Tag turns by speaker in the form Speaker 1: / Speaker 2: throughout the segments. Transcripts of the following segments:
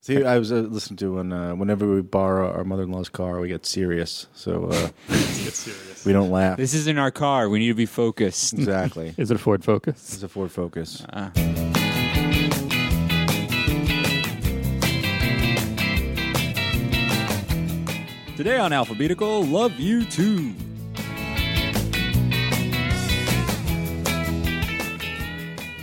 Speaker 1: See, I was uh, listening to when uh, whenever we borrow our mother in law's car, we get serious, so uh,
Speaker 2: Get serious.
Speaker 1: we don't laugh.
Speaker 3: This isn't our car. We need to be focused.
Speaker 1: exactly.
Speaker 4: Is it a Ford Focus?
Speaker 1: It's a Ford Focus.
Speaker 3: Uh. Today on Alphabetical, love you too.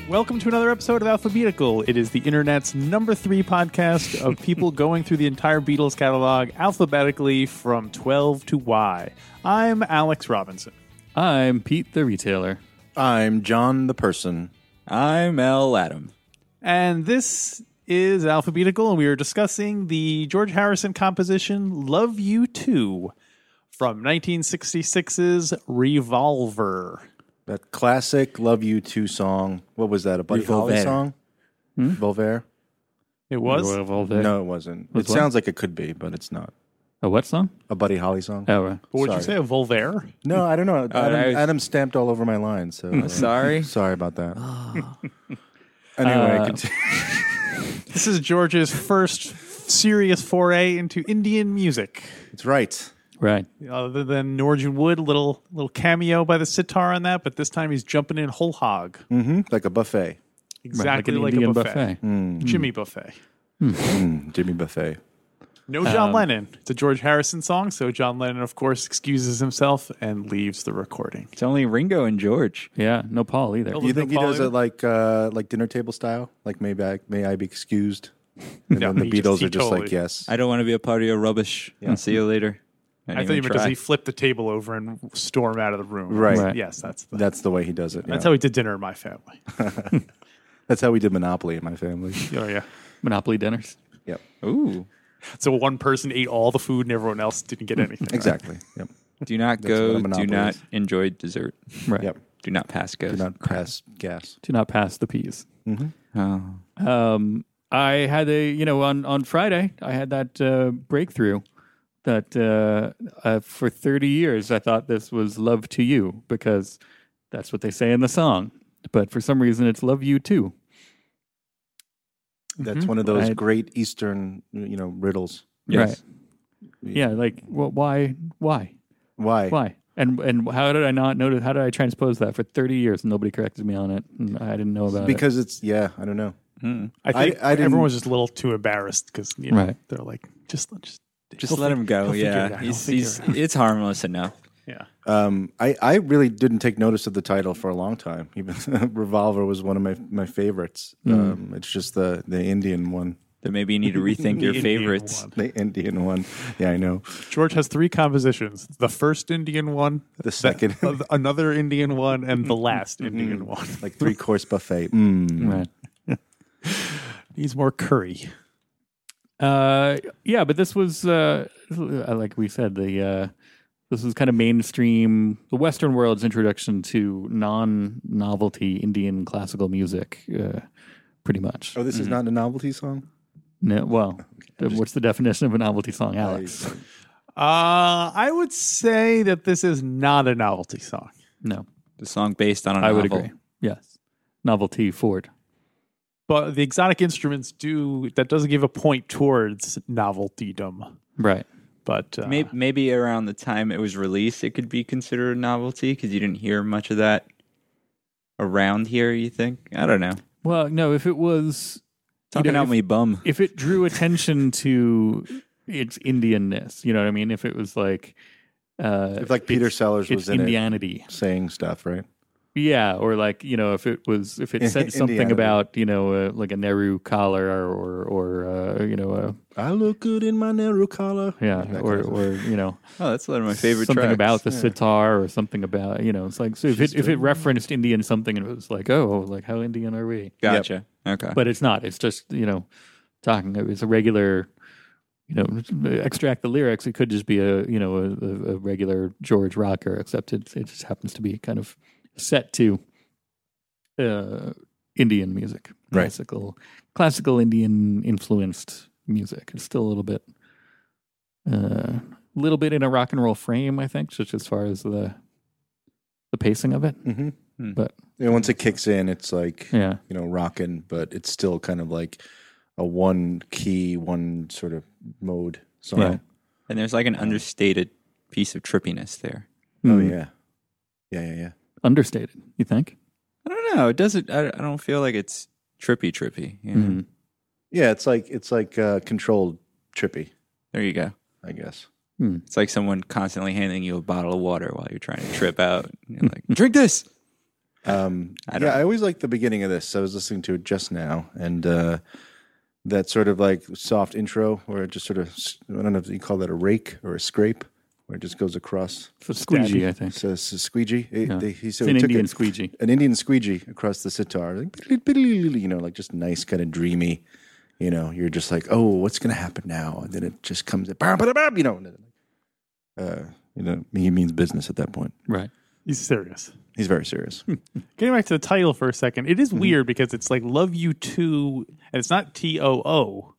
Speaker 4: Welcome to another episode of Alphabetical. It is the internet's number three podcast of people going through the entire Beatles catalog alphabetically from 12 to Y. I'm Alex Robinson.
Speaker 5: I'm Pete the retailer.
Speaker 1: I'm John the person.
Speaker 3: I'm L. Adam.
Speaker 4: And this is Alphabetical, and we are discussing the George Harrison composition Love You Too from 1966's Revolver.
Speaker 1: That classic "Love You Too" song. What was that? A Buddy Holly
Speaker 3: Revolver.
Speaker 1: song?
Speaker 3: Hmm?
Speaker 1: Volver?
Speaker 4: It was?
Speaker 5: Revolver.
Speaker 1: No, it wasn't.
Speaker 5: Was
Speaker 1: it
Speaker 5: what?
Speaker 1: sounds like it could be, but it's not.
Speaker 5: A what song?
Speaker 1: A Buddy Holly song?
Speaker 5: Oh, right.
Speaker 4: What would you
Speaker 1: Sorry.
Speaker 4: say? A Volver?
Speaker 1: No, I don't know. Adam,
Speaker 3: Oh, that was-
Speaker 1: Adam stamped all over my line, so uh,
Speaker 3: Sorry. Oh.
Speaker 1: sorry about that. anyway,
Speaker 5: Uh,
Speaker 1: continue.
Speaker 4: This is George's first serious foray into Indian music.
Speaker 1: it's right.
Speaker 5: right.
Speaker 4: Other than Norwegian Wood, little little cameo by the sitar on that, but this time he's jumping in whole hog,
Speaker 1: hmm Like a buffet,
Speaker 4: exactly
Speaker 5: an
Speaker 4: like,
Speaker 5: Indian
Speaker 4: a buffet,
Speaker 1: Hmm.
Speaker 4: Jimmy buffet.
Speaker 1: Jimmy buffet.
Speaker 4: No John
Speaker 1: Um,
Speaker 4: Lennon. It's a George Harrison song, so John Lennon, of course, excuses himself and leaves the recording.
Speaker 3: It's only Ringo and George.
Speaker 5: Yeah, no Paul either.
Speaker 1: Do you think he does it like uh, like dinner table style? Like maybe I, may I be excused? And
Speaker 4: No,
Speaker 1: then the
Speaker 4: he
Speaker 1: Beatles
Speaker 4: just- he
Speaker 1: are just
Speaker 4: totally-
Speaker 1: like yes.
Speaker 3: I don't want to be a part of your rubbish. And see you later.
Speaker 4: I thought you meant does he flip the table over and storm out of the room?
Speaker 1: Right.
Speaker 5: Right.
Speaker 4: Yes, that's the,
Speaker 1: That's the way he does it.
Speaker 4: that's
Speaker 1: yeah.
Speaker 4: how we did dinner in my family.
Speaker 1: that's how we did Monopoly in my family.
Speaker 4: Oh yeah.
Speaker 5: Monopoly dinners.
Speaker 1: yep.
Speaker 3: Ooh.
Speaker 4: So one person ate all the food and everyone else didn't get anything.
Speaker 1: Hmm. Exactly. Yep.
Speaker 3: Do not
Speaker 1: what a
Speaker 3: go. Do
Speaker 1: monopoly
Speaker 3: not
Speaker 1: is.
Speaker 3: enjoy dessert.
Speaker 5: Right.
Speaker 1: Yep.
Speaker 3: Do not pass go.
Speaker 1: Do not pass gas.
Speaker 5: Do not pass the peas.
Speaker 3: Oh.
Speaker 5: Um, I had a, you know, on, on Friday, I had that uh, breakthrough that uh, uh, for 30 years I thought this was Love to You because that's what they say in the song. But for some reason, it's Love You Too.
Speaker 4: Mm-hmm.
Speaker 1: That's one of those
Speaker 5: Right.
Speaker 1: great Eastern, you know, riddles.
Speaker 3: Yes.
Speaker 5: Right. Yeah, like, well, why? Why?
Speaker 1: Why?
Speaker 5: Why? And and how did I not notice? How did I transpose that for thirty years? and Nobody corrected me on it. And I didn't know about
Speaker 1: Because it's yeah. I don't know.
Speaker 3: Hmm.
Speaker 4: I think
Speaker 1: I didn't-
Speaker 4: everyone was just a little too embarrassed because you know
Speaker 5: Right.
Speaker 4: they're like just just
Speaker 3: Just
Speaker 4: he'll
Speaker 3: let
Speaker 4: fig-
Speaker 3: him go.
Speaker 4: he'll figure it out.
Speaker 3: Yeah.
Speaker 4: He'll
Speaker 3: He's,
Speaker 4: figure
Speaker 3: he's,
Speaker 4: it out.
Speaker 3: it's harmless enough.
Speaker 4: yeah.
Speaker 1: Um, I, I really didn't take notice of the title for a long time. Even Revolver was one of my, my favorites.
Speaker 4: Mm.
Speaker 1: Um, it's just the, the Indian one,
Speaker 3: Then maybe you need to rethink your
Speaker 4: Indian
Speaker 3: favorites.
Speaker 4: one.
Speaker 1: the Indian one. Yeah, I know.
Speaker 4: George has three compositions: the first Indian one,
Speaker 1: The second,
Speaker 4: the- another Indian one, and the last Indian one.
Speaker 1: like three course buffet. Mm.
Speaker 5: it. Right.
Speaker 4: Needs more curry.
Speaker 5: Uh, yeah, but this was uh, like we said the uh, this was kind of mainstream the Western world's introduction to non novelty Indian classical music, uh, pretty much.
Speaker 1: Oh, this is not a novelty song.
Speaker 5: No, well, what's the definition of a novelty song, Alex?
Speaker 4: Uh, I would say that this is not a novelty song.
Speaker 5: no,
Speaker 3: The song based on a
Speaker 5: I
Speaker 3: novel.
Speaker 5: would agree. Yes, novelty Ford.
Speaker 4: But the exotic instruments do that does give a point towards noveltydom.
Speaker 5: Right.
Speaker 4: But uh,
Speaker 3: Maybe, maybe around the time it was released, it could be considered a novelty because you didn't hear much of that around here. You think? I don't know.
Speaker 5: Well, no, if it was
Speaker 3: Talking
Speaker 5: know,
Speaker 3: out
Speaker 5: if-
Speaker 3: me bum.
Speaker 5: if it drew attention to its Indianness, you know what I mean? If it was like, uh,
Speaker 1: If like Peter
Speaker 5: it's,
Speaker 1: Sellers
Speaker 5: it's
Speaker 1: was in it
Speaker 5: Indianity,
Speaker 1: saying stuff, right?
Speaker 5: yeah, or like you know, if it was if it said something
Speaker 1: Indianity.
Speaker 5: about you know uh, like a Nehru collar or or, or uh, you know uh,
Speaker 1: I look good in my narrow collar.
Speaker 5: yeah
Speaker 1: That
Speaker 5: or
Speaker 1: kind of-
Speaker 5: or you know
Speaker 3: Oh, that's one of my favorite
Speaker 5: something
Speaker 3: tracks.
Speaker 5: about the sitar or something about you know it's like so if it if it referenced Indian something and it was like oh like how Indian are we?
Speaker 3: Gotcha. Okay.
Speaker 5: but it's not. It's just you know, talking. It's a regular, you know, extract the lyrics. It could just be a you know a, a, a regular George rocker, except it it just happens to be kind of set to uh, Indian music,
Speaker 1: Right.
Speaker 5: classical classical Indian influenced music. It's still a little bit, a uh, little bit in a rock and roll frame, I think, just as far as the the pacing of it.
Speaker 1: Mhm.
Speaker 5: But
Speaker 1: And once it kicks in, it's like
Speaker 5: Hmm. yeah,
Speaker 1: you know rocking, but it's still kind of like a one key, one sort of mode song.
Speaker 5: Yeah.
Speaker 3: And there's like an understated piece of trippiness there.
Speaker 1: Oh
Speaker 5: Mm.
Speaker 1: yeah, yeah, yeah, yeah.
Speaker 5: Understated, you think?
Speaker 3: I don't know. It doesn't. I, I don't feel like it's trippy, trippy. You
Speaker 4: Mm-hmm.
Speaker 3: know?
Speaker 5: Mhm.
Speaker 1: Yeah, it's like it's like uh, controlled trippy,
Speaker 3: There you go.
Speaker 1: I guess.
Speaker 5: Hmm.
Speaker 3: It's like someone constantly handing you a bottle of water while you're trying to trip out. And you're like, drink this.
Speaker 1: Um,
Speaker 3: I don't
Speaker 1: yeah,
Speaker 3: know.
Speaker 1: I always like the beginning of this. I was listening to it just now, and uh, that sort of like soft intro where it just sort of s- I don't know if you call that a rake or a scrape, where it just goes across.
Speaker 5: For squeegee, I think.
Speaker 1: It's a, it's a squeegee. It-
Speaker 5: Yeah.
Speaker 1: they- he said
Speaker 5: It's
Speaker 1: we
Speaker 5: an
Speaker 1: took
Speaker 5: Indian
Speaker 1: a-
Speaker 5: squeegee.
Speaker 1: an Indian squeegee across the sitar, like you know, like just nice, kind of dreamy. You know, you're just like, oh, what's gonna happen now? And then it just comes, bam, bam, bam, you know, and then, uh, you know, he means business at that point.
Speaker 5: Right.
Speaker 4: He's serious.
Speaker 1: He's very serious.
Speaker 5: Hmm.
Speaker 4: Getting back to the title for a second, it is weird because it's like "Love You Too," and it's not T O O,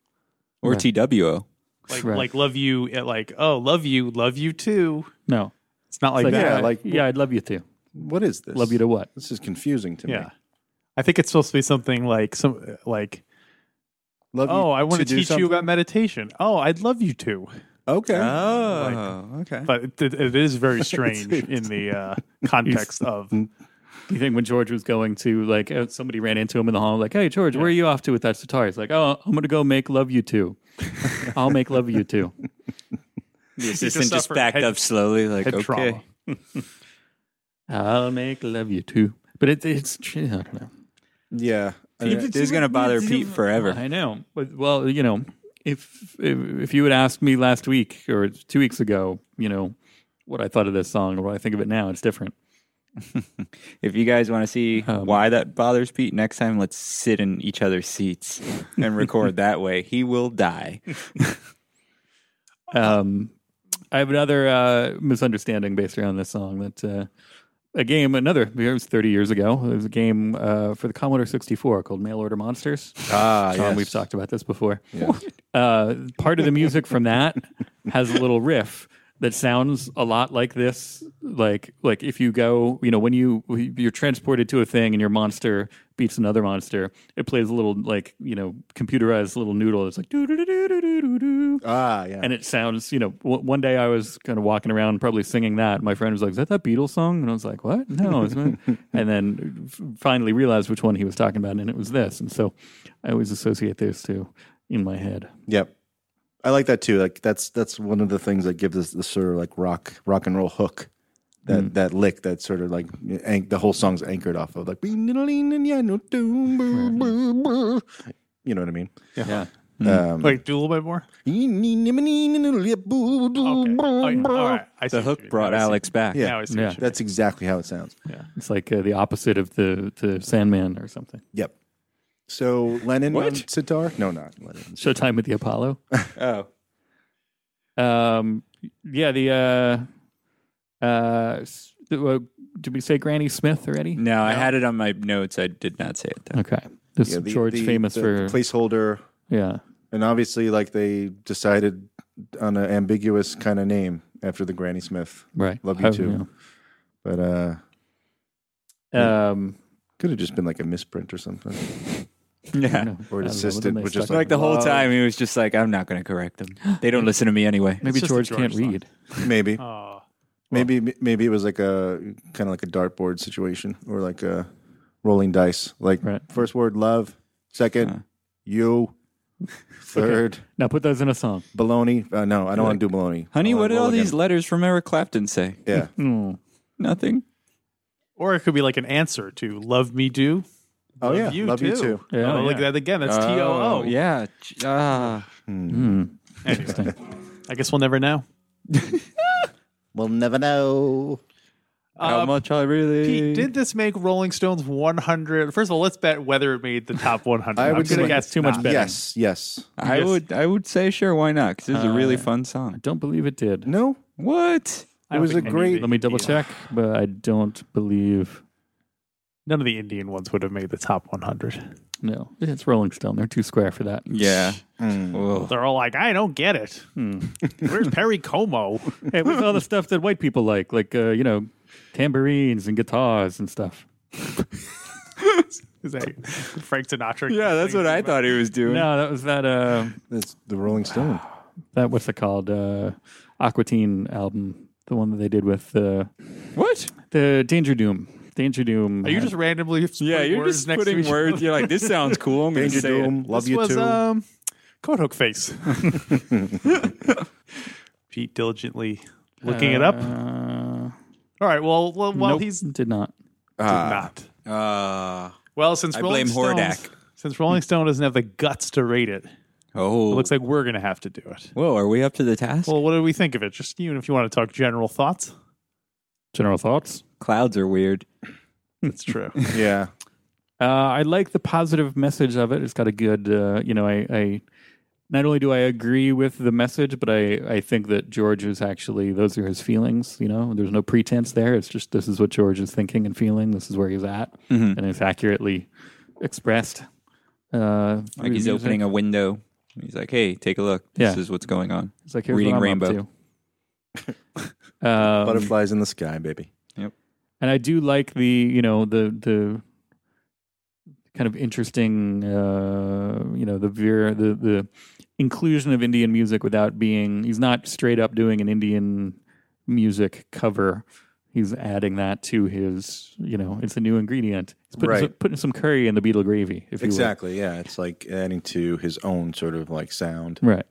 Speaker 3: Or
Speaker 5: Right.
Speaker 3: TWO.
Speaker 4: like
Speaker 5: Right.
Speaker 4: like "Love You," uh, like "Oh, love you, love you too."
Speaker 5: No.
Speaker 4: It's not like,
Speaker 5: It's
Speaker 4: that.
Speaker 1: yeah,
Speaker 5: I-
Speaker 1: like-
Speaker 5: yeah, I'd love you too.
Speaker 1: What is this?
Speaker 5: Love you to what?
Speaker 1: This is confusing to me.
Speaker 4: yeah, I think it's supposed to be something like some like
Speaker 1: Love you
Speaker 4: "Oh, I want to,
Speaker 1: do
Speaker 4: teach
Speaker 1: something-
Speaker 4: you about meditation." Oh, I'd love you too,
Speaker 1: Okay.
Speaker 3: Oh, okay.
Speaker 4: but it, it- it is very strange in the uh, context of
Speaker 5: Do you think when George was going to like uh, somebody ran into him in the hall like, "Hey George, where are you off to with that sitar?" He's like, "Oh, I'm gonna go make love you too. I'll make love you too."
Speaker 3: The
Speaker 4: assistant
Speaker 3: assistant
Speaker 4: just
Speaker 3: just
Speaker 4: suffered
Speaker 3: backed
Speaker 4: head-
Speaker 3: up slowly, like,
Speaker 4: head
Speaker 3: okay.
Speaker 4: trauma.
Speaker 5: I'll make love you too. But it, it's I don't know.
Speaker 1: Yeah. Uh, I mean,
Speaker 3: This is going to bother Pete forever.
Speaker 5: I know. But, well, you know, if, if if you had asked me last week or two weeks ago, you know, what I thought of this song or what I think of it now, it's different.
Speaker 3: If you guys want to see
Speaker 5: Um,
Speaker 3: why that bothers Pete next time, let's sit in each other's seats and record that way. He will die.
Speaker 5: Um, I have another uh, misunderstanding based around this song that uh, a game, another, it was 30 years ago, there was a game uh, for the Commodore 64 called Mail Order Monsters.
Speaker 1: ah,
Speaker 5: Tom,
Speaker 1: yes.
Speaker 5: we've talked about this before.
Speaker 1: Yeah.
Speaker 5: Uh, part of the music from that has a little riff that sounds a lot like this. Like like if you go, you know, when you you're transported to a thing and your monster beats another monster, it plays a little like you know computerized little noodle. It's like doo doo doo doo doo doo doo doo.
Speaker 1: Ah, yeah.
Speaker 5: And it sounds, you know, w- one day I was kind of walking around, probably singing that. and My friend was like, "Is that that Beatles song?" And I was like, "What? No." It's not." and then f- finally realized which one he was talking about, and it was this. And so I always associate those two in my head.
Speaker 1: Yep. I like that too. Like that's that's one of the things that gives us the sort of like rock rock and roll hook. That that lick that sort of like anch- the whole song's anchored off of like you know what I mean?
Speaker 5: Yeah.
Speaker 1: Um,
Speaker 4: like do a little bit more. Okay, Oh, yeah. all right. I see
Speaker 3: The
Speaker 4: what you
Speaker 3: hook
Speaker 4: mean.
Speaker 3: brought
Speaker 4: Now I see-
Speaker 3: Alex back.
Speaker 1: Yeah.
Speaker 4: Now I see.
Speaker 5: Yeah.
Speaker 4: what you mean.
Speaker 1: That's exactly how it sounds.
Speaker 5: It's like uh, the opposite of the the Sandman or something.
Speaker 1: Yep. So Lennon on
Speaker 3: What?
Speaker 1: sitar? No, not Lennon.
Speaker 5: Showtime with the Apollo.
Speaker 3: Oh.
Speaker 5: Um, yeah, the uh, uh, s- the, uh, did we say Granny Smith already?
Speaker 3: No, I had it on my notes. I did not say it. Though.
Speaker 5: Okay, this
Speaker 1: Yeah, the-
Speaker 5: George
Speaker 1: the-
Speaker 5: famous
Speaker 1: the
Speaker 5: for
Speaker 1: placeholder
Speaker 5: yeah.
Speaker 1: And obviously, like they decided on an ambiguous kind of name after the Granny Smith,
Speaker 5: Right,
Speaker 1: Love you
Speaker 5: Oh,
Speaker 1: too. but uh,
Speaker 5: yeah. Um,
Speaker 1: could have just been like a misprint or something,
Speaker 5: I
Speaker 3: Yeah.
Speaker 5: don't know.
Speaker 1: or
Speaker 5: I don't know.
Speaker 1: an assistant
Speaker 5: Wouldn't
Speaker 1: was
Speaker 5: they
Speaker 1: just
Speaker 5: suck?
Speaker 1: like,
Speaker 3: Like the whole
Speaker 1: "Love,"
Speaker 3: time, he was just like, I'm not going to correct them. They don't listen to me anyway.
Speaker 5: maybe
Speaker 4: It's just a
Speaker 5: George,
Speaker 4: George
Speaker 5: can't
Speaker 4: song.
Speaker 5: read.
Speaker 1: Maybe,
Speaker 4: Aw.
Speaker 1: maybe, maybe it was like a kind of like a dartboard situation, or like a rolling dice. Like
Speaker 5: Right.
Speaker 1: first word, love. Second,
Speaker 3: Uh,
Speaker 1: you. Third,
Speaker 5: Now put those in a song.
Speaker 1: baloney. Uh, no, I don't want to do baloney.
Speaker 3: Honey,
Speaker 1: I wanna
Speaker 3: what did
Speaker 1: roll
Speaker 3: all these
Speaker 1: again.
Speaker 3: letters from Eric Clapton say?
Speaker 1: Yeah,
Speaker 5: Mm.
Speaker 3: Nothing.
Speaker 4: Or it could be like an answer to "Love Me Do."
Speaker 1: Oh,
Speaker 4: love
Speaker 1: yeah.
Speaker 4: You
Speaker 1: Love
Speaker 4: too.
Speaker 1: You Too.
Speaker 5: Yeah,
Speaker 4: oh, look at
Speaker 5: yeah.
Speaker 4: that again. That's T O Uh, O.
Speaker 3: Oh, Yeah. J- Ah.
Speaker 5: Mm.
Speaker 4: Anyway, I guess we'll never know.
Speaker 1: we'll never know.
Speaker 3: how
Speaker 4: Uh,
Speaker 3: much I really.
Speaker 4: Pete, did this make Rolling Stones 100? First of all, let's bet whether it made the top 100.
Speaker 1: I
Speaker 4: I'm
Speaker 1: would
Speaker 4: gonna
Speaker 1: say-
Speaker 4: guess
Speaker 5: Too much
Speaker 4: not.
Speaker 5: bet. Betting.
Speaker 1: Yes, yes.
Speaker 3: I
Speaker 5: Yes.
Speaker 3: would I would say sure, why not? Because this is a really
Speaker 5: Uh,
Speaker 3: fun
Speaker 5: I
Speaker 3: song.
Speaker 5: don't believe it did.
Speaker 1: No,
Speaker 3: What?
Speaker 1: It
Speaker 4: I don't
Speaker 1: was
Speaker 4: think
Speaker 1: a
Speaker 4: any of
Speaker 1: great-
Speaker 4: the
Speaker 5: Let me double
Speaker 4: Indian-
Speaker 5: check, but I don't believe.
Speaker 4: None of the Indian ones would have made the top 100.
Speaker 5: No, it's Rolling Stone. They're too square for that.
Speaker 3: Yeah.
Speaker 1: Mm.
Speaker 3: Ugh.
Speaker 4: They're all like, I don't get it. Where's Perry Como?
Speaker 5: hey, what's all the stuff that white people like? Like uh, you know, tambourines and guitars and stuff.
Speaker 4: Is that Frank Sinatra?
Speaker 3: Yeah, that's what I thought he was doing.
Speaker 5: No, that was that. Uh,
Speaker 1: That's the Rolling Stone.
Speaker 5: that what's it called? Uh, Aquatine album, the one that they did with uh,
Speaker 3: What?
Speaker 5: the Danger Doom. Danger Doom.
Speaker 4: Are you
Speaker 5: had-
Speaker 4: just randomly?
Speaker 3: Yeah, you're
Speaker 4: words
Speaker 3: just
Speaker 4: next to
Speaker 3: putting
Speaker 4: each
Speaker 3: words.
Speaker 4: other?
Speaker 3: You're like, this sounds cool. I'm going to
Speaker 1: Danger
Speaker 3: say it.
Speaker 1: Doom. Love
Speaker 4: this
Speaker 1: you
Speaker 4: was,
Speaker 1: too.
Speaker 4: Um, coat hook face. Pete diligently looking it up. All
Speaker 5: Uh,
Speaker 4: right. Well, well while
Speaker 5: nope,
Speaker 4: he's did
Speaker 5: did not.
Speaker 1: Ah,
Speaker 4: not.
Speaker 3: Uh,
Speaker 4: Well, since
Speaker 3: I
Speaker 4: Rolling
Speaker 3: blame Hordak.
Speaker 4: Stones- Since Rolling Stone doesn't have the guts to rate it, it
Speaker 3: oh.
Speaker 4: looks like we're going to have to do it.
Speaker 3: Whoa, are we up to the task?
Speaker 4: Well, what do we think of it? Just you, and if you want to talk general thoughts,
Speaker 5: General thoughts.
Speaker 3: Clouds are weird.
Speaker 4: that's true.
Speaker 1: yeah.
Speaker 5: Uh, I like the positive message of it. It's got a good, uh, you know, I, I not only do I agree with the message, but I, I think that George is actually, those are his feelings, you know, there's no pretense there. It's just this is what George is thinking and feeling. This is where he's at.
Speaker 4: mm-hmm.
Speaker 5: And it's accurately expressed. Uh,
Speaker 3: Like he's opening a window. He's like, hey, take a look. This
Speaker 5: Yeah.
Speaker 3: is what's going on.
Speaker 5: it's like, here's
Speaker 3: reading
Speaker 5: what I'm
Speaker 3: Rainbow.
Speaker 5: Up to. Um,
Speaker 1: Butterflies in the sky, baby.
Speaker 5: and I do like the you know the the kind of interesting uh, you know the veer the the inclusion of Indian music without being he's not straight up doing an Indian music cover. He's adding that to his you know it's a new ingredient. He's putting,
Speaker 1: Right.
Speaker 5: some, putting some curry in the beetle gravy. If
Speaker 1: Exactly. Yeah. It's like adding to his own sort of like sound
Speaker 5: you will. right.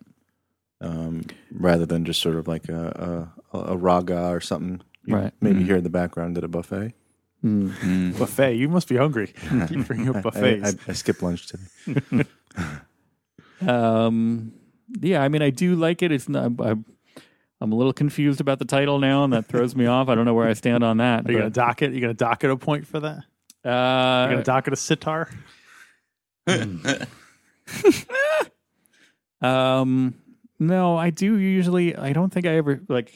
Speaker 1: um, rather than just sort of like a, a, a raga or something. You
Speaker 5: Right.
Speaker 1: Maybe hear in the background at a buffet.
Speaker 5: Mm.
Speaker 4: buffet. You must be hungry. Keep bringing up buffets.
Speaker 1: I, I, I skipped lunch today.
Speaker 5: Um, yeah, I mean, I do like it. It's not. I, I'm a little confused about the title now, and that throws me off. I don't know where I stand on that.
Speaker 4: Are you going to
Speaker 5: but,
Speaker 4: dock it? You going to dock it a point for that?
Speaker 5: uh,
Speaker 4: You going to dock it a sitar?
Speaker 5: Um, no, I do usually. I don't think I ever like.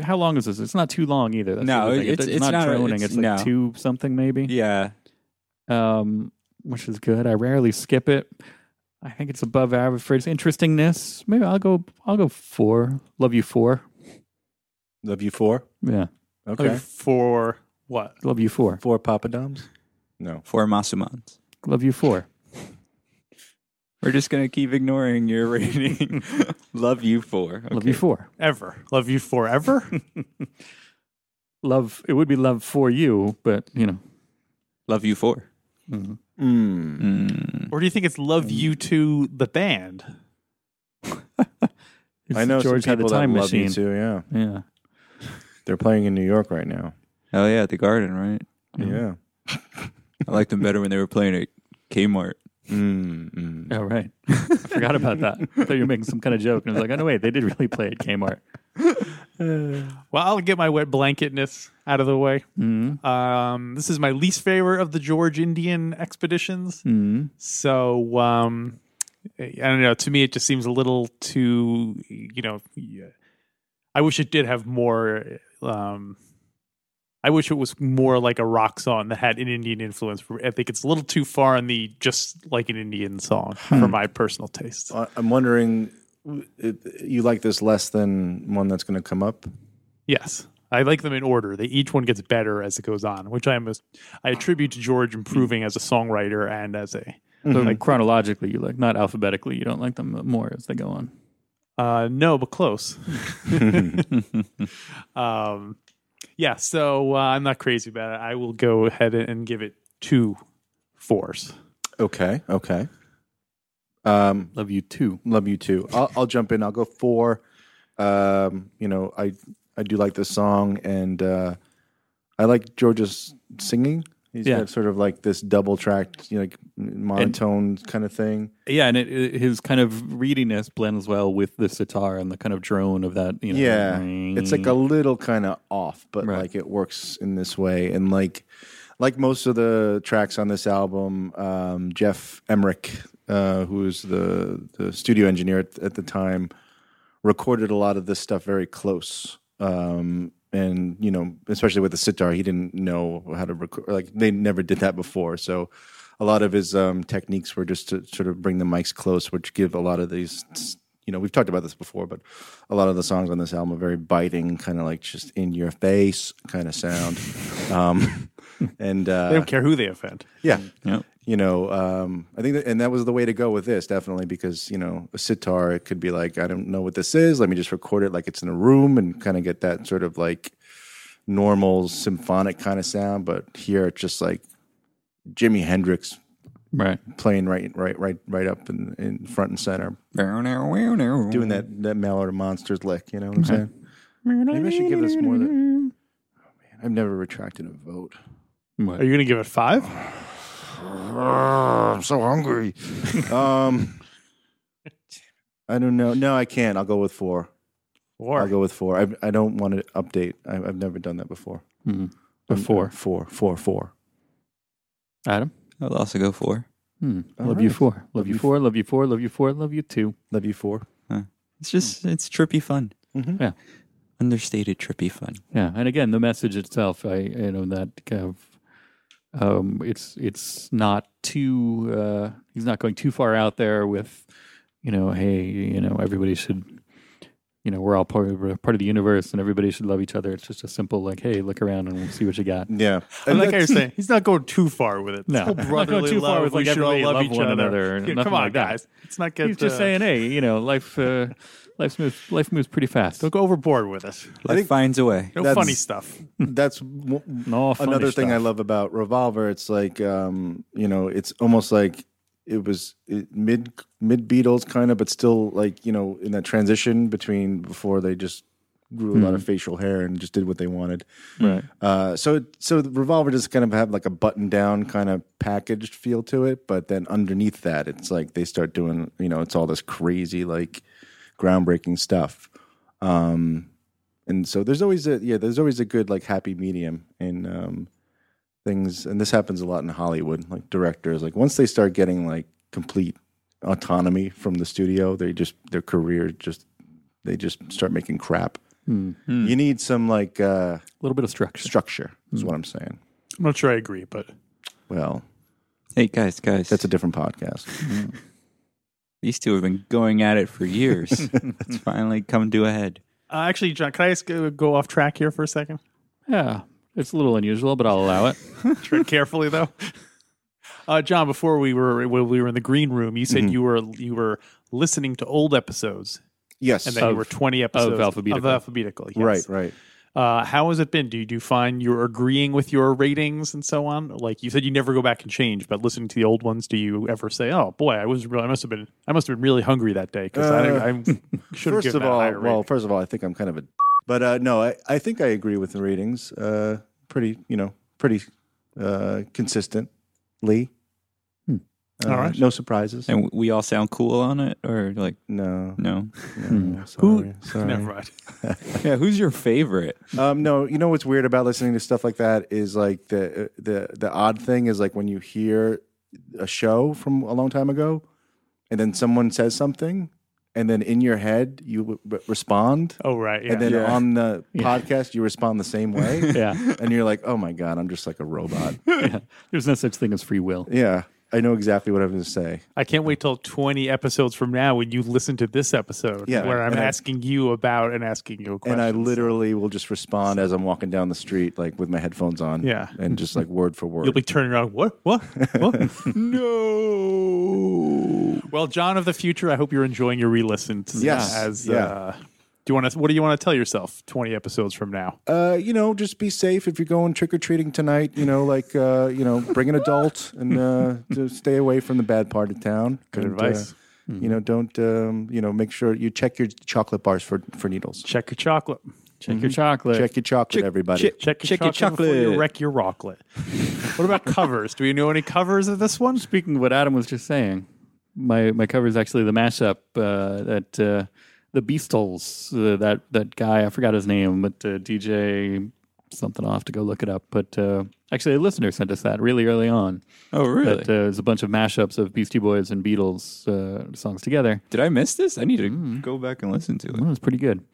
Speaker 5: How long is this? It's not too long either. That's
Speaker 3: No,
Speaker 5: the other thing. It-
Speaker 3: it's- it's not-
Speaker 5: droning.
Speaker 3: it's-
Speaker 5: It's, like
Speaker 3: no.
Speaker 5: two something maybe.
Speaker 3: Yeah.
Speaker 5: Um, which is good. I rarely skip it. I think it's above average for its interestingness. Maybe I'll go. I'll go four. Love you four.
Speaker 1: Love you four.
Speaker 5: Yeah,
Speaker 1: Okay.
Speaker 4: Like, For what?
Speaker 5: love you four.
Speaker 1: Four Papa Doms? No.
Speaker 3: Four Masumans.
Speaker 5: Love you four.
Speaker 3: We're just going to keep ignoring your rating. Love you for.
Speaker 5: Love you four.
Speaker 4: Ever. Love you forever?
Speaker 5: Love. It would be love for you, but you know.
Speaker 3: Love you for.
Speaker 5: mhm.
Speaker 1: Mm.
Speaker 3: Mm.
Speaker 4: or do you think it's love you to the band?
Speaker 1: I know
Speaker 5: George
Speaker 1: some
Speaker 5: had
Speaker 1: people
Speaker 5: a time
Speaker 1: that
Speaker 5: machine.
Speaker 1: love you too. Yeah,
Speaker 5: Yeah.
Speaker 1: they're playing in New York right now.
Speaker 3: Oh, yeah, at the garden, right?
Speaker 5: Mm-hmm.
Speaker 1: Yeah.
Speaker 3: I liked them better when they were playing at Kmart.
Speaker 1: Mm,
Speaker 4: Mm-hmm.
Speaker 1: mm.
Speaker 5: Oh right, I forgot about that. I thought you were making some kind of joke, and I was like, "Oh no, wait, they did really play at Kmart."
Speaker 4: Well, I'll get my wet blanketness out of the way.
Speaker 5: Mm-hmm.
Speaker 4: Um, this is my least favorite of the George Indian expeditions.
Speaker 5: Mm-hmm.
Speaker 4: So, um, I don't know. To me, it just seems a little too, you know, yeah. I wish it did have more. Um, I wish it was more like a rock song that had an Indian influence. I think it's a little too far in the just like an Indian song for my personal taste.
Speaker 1: I- I'm wondering, w- it- you like this less than one that's going to come up?
Speaker 4: Yes. I like them in order. They each one gets better as it goes on, which I am a, I attribute to George improving as a songwriter and as a
Speaker 5: So like chronologically, you like not alphabetically. You don't like them more as they go on.
Speaker 4: uh no, but close. um yeah, so uh, I'm not crazy about it. I will go ahead and give it two fours.
Speaker 1: Okay, okay. Um,
Speaker 5: Love you too.
Speaker 1: love you too. I'll, I'll jump in. I'll go four. Um, you know, I I do like this song, and uh, I like George's singing. He's
Speaker 5: Yeah.
Speaker 1: got sort of like this double tracked, you know, like monotone kind of thing.
Speaker 5: Yeah, and it, it- his kind of readiness blends well with the sitar and the kind of drone of that. You know,
Speaker 1: Yeah. It's like a little kind of off, but
Speaker 5: Right.
Speaker 1: like it works in this way. And like like most of the tracks on this album, um, Jeff Emmerich, uh, who was the the studio engineer at, at the time, recorded a lot of this stuff very close. Um, and you know, especially with the sitar, he didn't know how to record. Like they never did that before, so a lot of his um, techniques were just to sort of bring the mics close, which give a lot of these. You know, we've talked about this before, but a lot of the songs on this album are very biting, kind of like just in your face kind of sound. um, and uh,
Speaker 4: I don't care who they offend.
Speaker 1: yeah.
Speaker 3: Yep.
Speaker 1: you know, um, I think, that, and that was the way to go with this, definitely, because you know, a sitar, it could be like, I don't know what this is. Let me just record it like it's in a room and kind of get that sort of like normal symphonic kind of sound. But here, it's just like Jimi Hendrix
Speaker 5: Right.
Speaker 1: playing right, right, right, right up in, in front and center, doing
Speaker 3: Doing
Speaker 1: that that Mallard of Monsters lick. You know what I'm saying? Maybe I should give this more. That, oh man, I've never retracted a vote.
Speaker 5: What?
Speaker 4: Are you going to give it five?
Speaker 1: I'm so hungry. um, I don't know. No, I can't. I'll go with four. I'll
Speaker 4: Or
Speaker 1: go with four. I I don't want to update. I, I've never done that before.
Speaker 5: Mhm.
Speaker 1: I'm-
Speaker 5: Before.
Speaker 1: four, four, four.
Speaker 5: Adam?
Speaker 3: I'll also go four.
Speaker 5: Hmm.
Speaker 1: All
Speaker 5: Love you
Speaker 1: right.
Speaker 5: four. Love
Speaker 1: Love
Speaker 5: you
Speaker 1: you
Speaker 5: four. Love you four. Love you four. Love you two.
Speaker 1: Love you four.
Speaker 3: It's just it's trippy fun.
Speaker 1: Mhm.
Speaker 5: Yeah.
Speaker 3: Understated trippy fun.
Speaker 5: Yeah, and again, the message itself, I you know that kind of, um, it's it's not too. Uh, he's not going too far out there with, you know, hey, you know, everybody should, you know, we're all part of, we're part of the universe, and everybody should love each other. It's just a simple like, hey, look around and we'll see what you got.
Speaker 1: Yeah,
Speaker 4: I like how you're
Speaker 1: that's-
Speaker 4: saying he's not going too far with it.
Speaker 5: No.
Speaker 4: This whole
Speaker 5: Not going
Speaker 4: brotherly
Speaker 5: too far
Speaker 4: love,
Speaker 5: with,
Speaker 4: we
Speaker 5: like,
Speaker 4: should all
Speaker 5: everybody
Speaker 4: love
Speaker 5: love
Speaker 4: each
Speaker 5: one
Speaker 4: other.
Speaker 5: another or
Speaker 4: Yeah,
Speaker 5: nothing
Speaker 4: come on,
Speaker 5: like that.
Speaker 4: guys. It's not good.
Speaker 5: He's just saying, hey, you know, life uh, life moves life moves pretty fast.
Speaker 4: don't go overboard with it.
Speaker 3: Life finds a way.
Speaker 4: No
Speaker 1: That's-
Speaker 4: funny stuff.
Speaker 1: that's w-
Speaker 5: And all funny
Speaker 1: another thing I
Speaker 5: stuff.
Speaker 1: love about Revolver. It's like um, you know, it's almost like it was it, mid mid Beatles kind of, but still like you know in that transition between before they just grew a lot of facial hair and just did what they wanted.
Speaker 5: Hmm. Right.
Speaker 1: Uh, so it, so the Revolver does kind of have like a button down kind of packaged feel to it, but then underneath that, it's like they start doing you know it's all this crazy like groundbreaking stuff. Um, and so there's always a yeah there's always a good like happy medium in um, things and this happens a lot in hollywood like directors like once they start getting like complete autonomy from the studio they just their career just they just start making crap
Speaker 5: Hmm.
Speaker 1: you need some like uh
Speaker 5: A little bit of structure.
Speaker 1: structure is what i'm saying
Speaker 4: I'm not sure I agree, but
Speaker 1: well
Speaker 3: Hey guys, guys.
Speaker 1: that's a different podcast
Speaker 3: These two have been going at it for years. it's finally come to a head.
Speaker 4: uh, actually, John, can I ask, uh, go off track here for a second?
Speaker 5: Yeah, it's a little unusual, but I'll allow it.
Speaker 4: Tread carefully, though. Uh, John, before we were when we were in the green room, you said
Speaker 1: Mm-hmm.
Speaker 4: you were you were listening to old episodes,
Speaker 1: yes
Speaker 4: and then you
Speaker 5: Of-
Speaker 4: were twenty episodes
Speaker 5: Alphabetical.
Speaker 4: Of alphabetical,
Speaker 1: right
Speaker 4: yes.
Speaker 1: right
Speaker 4: Uh, how has it been? Do you, do you find you're agreeing with your ratings and so on? Like you said, you never go back and change, but listening to the old ones, do you ever say, "Oh boy, I was really, I must have been, I must have been really hungry that day because I, I should have
Speaker 1: Uh, first
Speaker 4: given
Speaker 1: of
Speaker 4: that a
Speaker 1: all
Speaker 4: higher
Speaker 1: well
Speaker 4: rating."
Speaker 1: first of all i think i'm kind of a d- but uh no i i think i agree with the ratings uh pretty you know pretty uh consistently
Speaker 5: Hmm.
Speaker 1: Uh,
Speaker 4: All right.
Speaker 1: no surprises
Speaker 3: And w- we all sound cool on it, or like
Speaker 1: No,
Speaker 3: no?
Speaker 1: no,
Speaker 4: Who-
Speaker 1: sorry, sorry.
Speaker 4: Never mind.
Speaker 3: Yeah, who's your favorite?
Speaker 1: Um, no, you know what's weird about listening to stuff like that is like the the the odd thing is like when you hear a show from a long time ago, and then someone says something, and then in your head you w- w- respond,
Speaker 4: Oh right, yeah.
Speaker 1: and then
Speaker 3: Yeah.
Speaker 1: on the
Speaker 5: Yeah.
Speaker 1: podcast you respond the same way,
Speaker 5: Yeah,
Speaker 1: and you're like, oh my god, I'm just like a robot.
Speaker 5: yeah. There's no such thing as free will.
Speaker 1: yeah, I know exactly what I'm going to say.
Speaker 4: I can't wait till 20 episodes from now when you listen to this episode
Speaker 1: Yeah,
Speaker 4: where I'm
Speaker 1: and I-
Speaker 4: asking you about and asking you a question.
Speaker 1: And I literally will just respond as I'm walking down the street, like with my headphones on,
Speaker 4: Yeah.
Speaker 1: and just like word for word.
Speaker 4: You'll be turning around, what? What? What?
Speaker 3: No.
Speaker 4: well, John of the future, I hope you're enjoying your re listen.
Speaker 1: Yes,
Speaker 4: As,
Speaker 1: yeah.
Speaker 4: uh, do you want to, what do you want to tell yourself 20 episodes from now?
Speaker 1: uh, you know, just be safe if you're going trick or treating tonight. You know, like uh, you know, bring an adult and uh, to stay away from the bad part of town.
Speaker 4: Good
Speaker 1: And,
Speaker 4: advice.
Speaker 1: uh, you know, don't um, you know, make sure you check your chocolate bars for for needles.
Speaker 4: Check your chocolate.
Speaker 5: Check your chocolate.
Speaker 1: Check your chocolate, everybody.
Speaker 4: Check your
Speaker 3: Check your
Speaker 4: chocolate, before you
Speaker 3: chocolate.
Speaker 4: wreck your rocklet. what about covers? Do you know any covers of this one?
Speaker 5: Speaking of what Adam was just saying, my my cover is actually the mashup uh, that uh, the Beastles, uh, that that guy I forgot his name, but uh, DJ something. I'll have to go look it up. But uh, actually, a listener sent us that really early on.
Speaker 3: Oh, really?
Speaker 5: That uh, is a bunch of mashups of Beastie Boys and Beatles uh, songs together.
Speaker 3: Did I miss this? I need to go back and listen to it.
Speaker 5: Well, it's pretty good.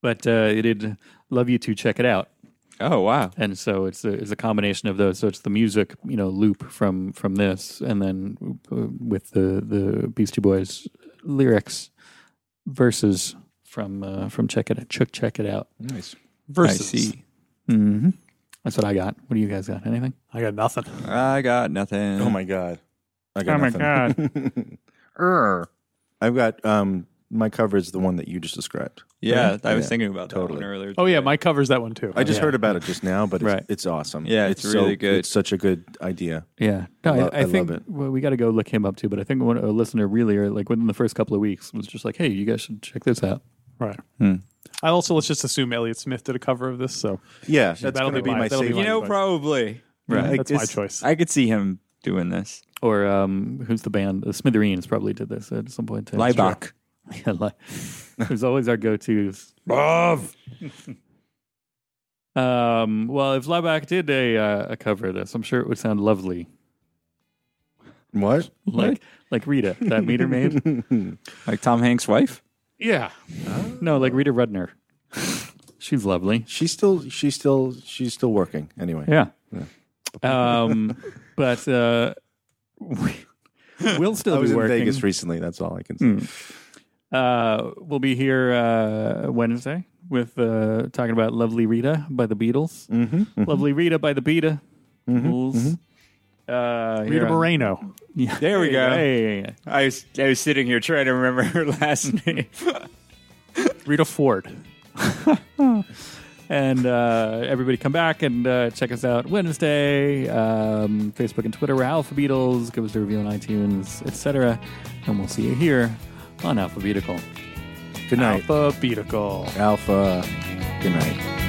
Speaker 5: But uh, it did love you to check it out.
Speaker 3: Oh, wow.
Speaker 5: and so it's a, it's a combination of those. So it's the music, you know, loop from from this, and then uh, with the the Beastie Boys lyrics verses from uh, from check it check check it out.
Speaker 1: Nice.
Speaker 3: I
Speaker 4: Versus.
Speaker 3: see.
Speaker 5: Mm-hmm. That's what I got. What do you guys got? Anything?
Speaker 4: I got nothing.
Speaker 3: I got nothing.
Speaker 1: Oh my god. I
Speaker 5: Oh my
Speaker 1: god. I've got um my cover is the one that you just described.
Speaker 3: Yeah,
Speaker 1: Right?
Speaker 3: I was
Speaker 1: Yeah.
Speaker 3: thinking about
Speaker 1: Totally.
Speaker 3: that one earlier.
Speaker 4: Oh yeah, my cover's that one too.
Speaker 1: I just
Speaker 5: Yeah.
Speaker 1: heard about it just now, but it's,
Speaker 5: Right.
Speaker 1: it's awesome.
Speaker 3: Yeah, it's
Speaker 1: so-
Speaker 3: really good.
Speaker 1: It's such a good idea.
Speaker 5: Yeah, no,
Speaker 1: I
Speaker 5: I,
Speaker 1: lo-
Speaker 5: I
Speaker 1: I love
Speaker 5: think
Speaker 1: it.
Speaker 5: well, we got to go look him up too. But I think one, a listener really, or like within the first couple of weeks, was just like, "Hey, you guys should check this out."
Speaker 4: Right.
Speaker 3: Hmm.
Speaker 4: I also let's just assume Elliot Smith did a cover of this, so
Speaker 1: Yeah, that's
Speaker 4: That'll
Speaker 1: going to be
Speaker 4: be mine.
Speaker 1: my
Speaker 4: That'll be
Speaker 1: saving.
Speaker 3: You know, probably.
Speaker 5: Right.
Speaker 1: Like,
Speaker 4: that's my
Speaker 1: it's-
Speaker 4: choice.
Speaker 3: I could see him doing this.
Speaker 5: Or um, who's the band? The Smithereens probably did this at some point. Too.
Speaker 3: Leibach.
Speaker 5: Yeah, Li- There's always our go-tos. Um, well, if Leibach did a, uh, a cover of this, I'm sure it would sound lovely,
Speaker 1: What?
Speaker 5: like like Rita, that meter maid.
Speaker 3: Like Tom Hanks' wife?
Speaker 5: Yeah, no, like Rita Rudner. She's lovely.
Speaker 1: She's still she's still she's still working anyway.
Speaker 5: Yeah. Um, but uh, we'll still
Speaker 1: I was
Speaker 5: be
Speaker 1: in
Speaker 5: working.
Speaker 1: Vegas recently. That's all I can say.
Speaker 5: Uh, we'll be here uh, Wednesday with uh, talking about "Lovely Rita" by the Beatles.
Speaker 1: Mm-hmm.
Speaker 5: "Lovely Rita" by the Beta.
Speaker 3: Mm-hmm.
Speaker 5: Beatles. Uh,
Speaker 4: Rita Moreno.
Speaker 3: There we go.
Speaker 5: Hey,
Speaker 3: I was I was sitting here trying to remember her last name.
Speaker 4: Rita Ford.
Speaker 5: And uh, everybody come back and uh, check us out Wednesday. Um, Facebook and Twitter, we're Alpha Beatles. Give us a review on iTunes, etc. And we'll see you here on Alphabetical.
Speaker 1: Good night,
Speaker 4: Alphabetical.
Speaker 1: Alpha. Good night.